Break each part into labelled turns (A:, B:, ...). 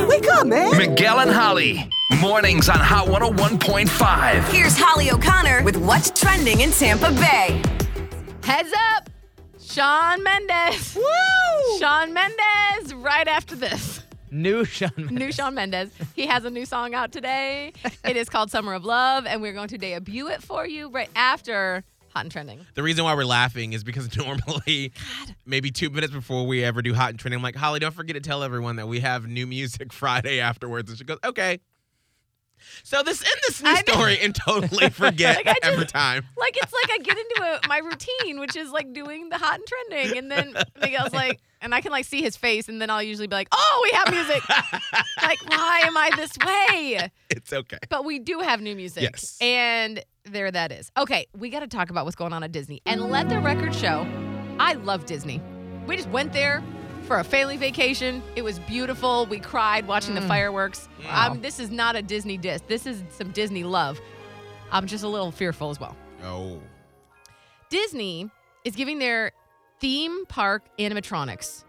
A: on, man.
B: Miguel and Holly. Mornings on Hot 101.5.
C: Here's Holly O'Connor with what's trending in Tampa Bay.
D: Heads up, Sean Mendez.
A: Woo!
D: Sean Mendez, right after this.
E: New Sean.
D: New Sean Mendez. He has a new song out today. It is called Summer of Love, and we're going to debut it for you right after Hot and Trending.
F: The reason why we're laughing is because normally, maybe two minutes before we ever do hot and trending, I'm like, Holly, don't forget to tell everyone that we have new music Friday afterwards. And she goes, okay. So this in this new
D: I know.
F: story and totally forget
D: Like, I just-
F: every time.
D: Like, it's like I get into a, my routine, which is like doing the Hot and Trending, and then Miguel's like, and I can like see his face, and then I'll usually be like, oh, we have music. like, why am I this way?
F: It's okay.
D: But we do have new music.
F: Yes.
D: And there that is. Okay, we got to talk about what's going on at Disney. And let the record show, I love Disney. We just went there for a family vacation. It was beautiful. We cried watching the fireworks. Um, this is not a Disney disc. This is some Disney love. I'm just a little fearful as well.
F: Oh.
D: Disney is giving their theme park animatronics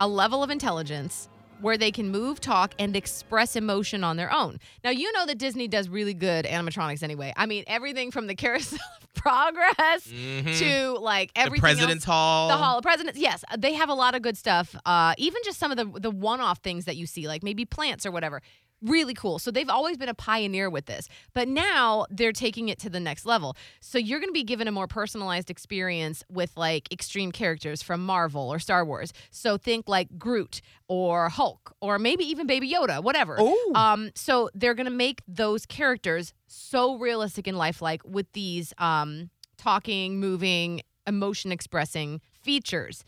D: a level of intelligence where they can move, talk, and express emotion on their own. Now, you know that Disney does really good animatronics anyway. I mean, everything from the Carousel of Progress
F: Mhm.
D: to like
F: the
D: everything. else.
F: President's Hall.
D: The Hall of Presidents. Yes, Uh, they have a lot of good stuff. Uh, even just some of the the one off things that you see, like maybe plants or whatever. Really cool. So they've always been a pioneer with this, but now they're taking it to the next level. So you're going to be given a more personalized experience with like extreme characters from Marvel or Star Wars. So think like Groot or Hulk or maybe even Baby Yoda, whatever.
A: Ooh.
D: Um, so they're gonna make those characters so realistic and lifelike with these um, talking, moving, emotion expressing features.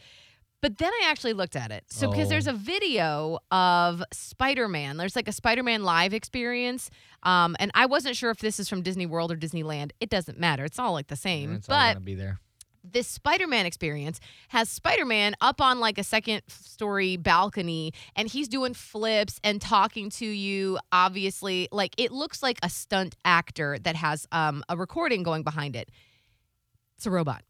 D: But then I actually looked at it. So because
E: Oh.
D: there's a video of Spider-Man, there's like a Spider-Man live experience, um, and I wasn't sure if this is from Disney World or Disneyland. It doesn't matter. It's all like the same.
E: It's all
D: but
E: gonna be there.
D: this Spider-Man experience has Spider-Man up on like a second story balcony and he's doing flips and talking to you obviously like it looks like a stunt actor that has um a recording going behind it. It's a robot.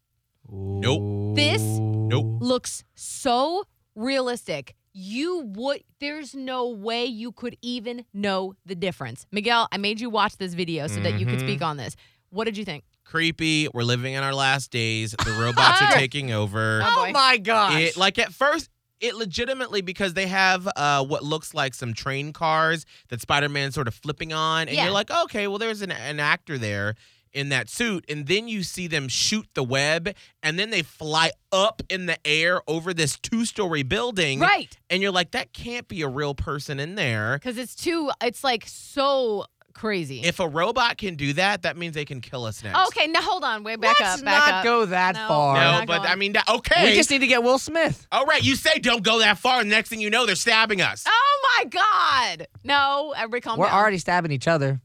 E: Nope.
D: This-
F: Nope.
D: Looks so realistic. You would there's no way you could even know the difference. Miguel, I made you watch this video so that you could
F: Mhm.
D: speak on this. What did you think?
F: Creepy. We're living in our last days. The robots are taking over.
D: Oh, boy.
A: my gosh.
F: It, like at first, it legitimately because they have uh, what looks like some train cars that Spider Man's sort of flipping on, and
D: Yeah.
F: you're like, okay, well, there's an, an actor there in that suit, and then you see them shoot the web, and then they fly up in the air over this two story building,
D: Right.
F: and you're like, that can't be a real person in there.
D: Cuz it's too it's like so crazy.
F: If a robot can do that, that means they can kill us next.
D: Okay, Oh now hold on. Way
E: Uh,
D: back
A: Let's
D: up. Back
A: not
D: up.
A: go that
D: No.
A: far.
D: We're
F: No,
D: not
F: but
D: going.
F: I mean, that- okay.
E: We just need to get Will Smith.
F: All right, you say don't go that far, and next thing you know, they're stabbing us.
D: oh my God! No, everybody calm
E: We're
D: down.
E: already stabbing each other.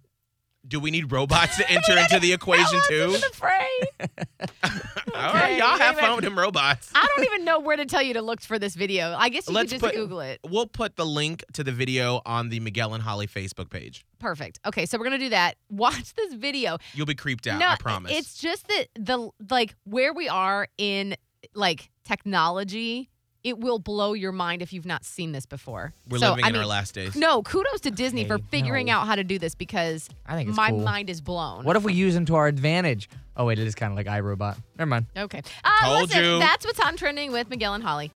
F: Do we need robots to enter into the equation too?
D: Oh, the fray.
F: All right, y'all have
D: Okay.
F: fun with them robots.
D: I don't even know where to tell you to look for this video. I guess you
F: Let's
D: could just
F: put-
D: Google it.
F: We'll put the link to the video on the Miguel and Holly Facebook page.
D: Perfect. Okay, so we're gonna do that. Watch this video.
F: You'll be creeped out,
D: no,
F: I promise.
D: It's just that the like where we are in like technology. It will blow your mind if you've not seen this before.
F: We're
D: so,
F: living
D: I
F: in
D: mean,
F: our last days.
D: No, kudos to Disney for
E: Okay,
D: figuring
E: no.
D: out how to do this because
E: I think it's
D: my
E: cool.
D: mind is blown.
E: What if we use him to our advantage? Oh wait, it is kind of like iRobot. Never mind.
D: Okay. Uh,
F: Told
D: listen,
F: you.
D: That's what's on trending with Miguel and Holly.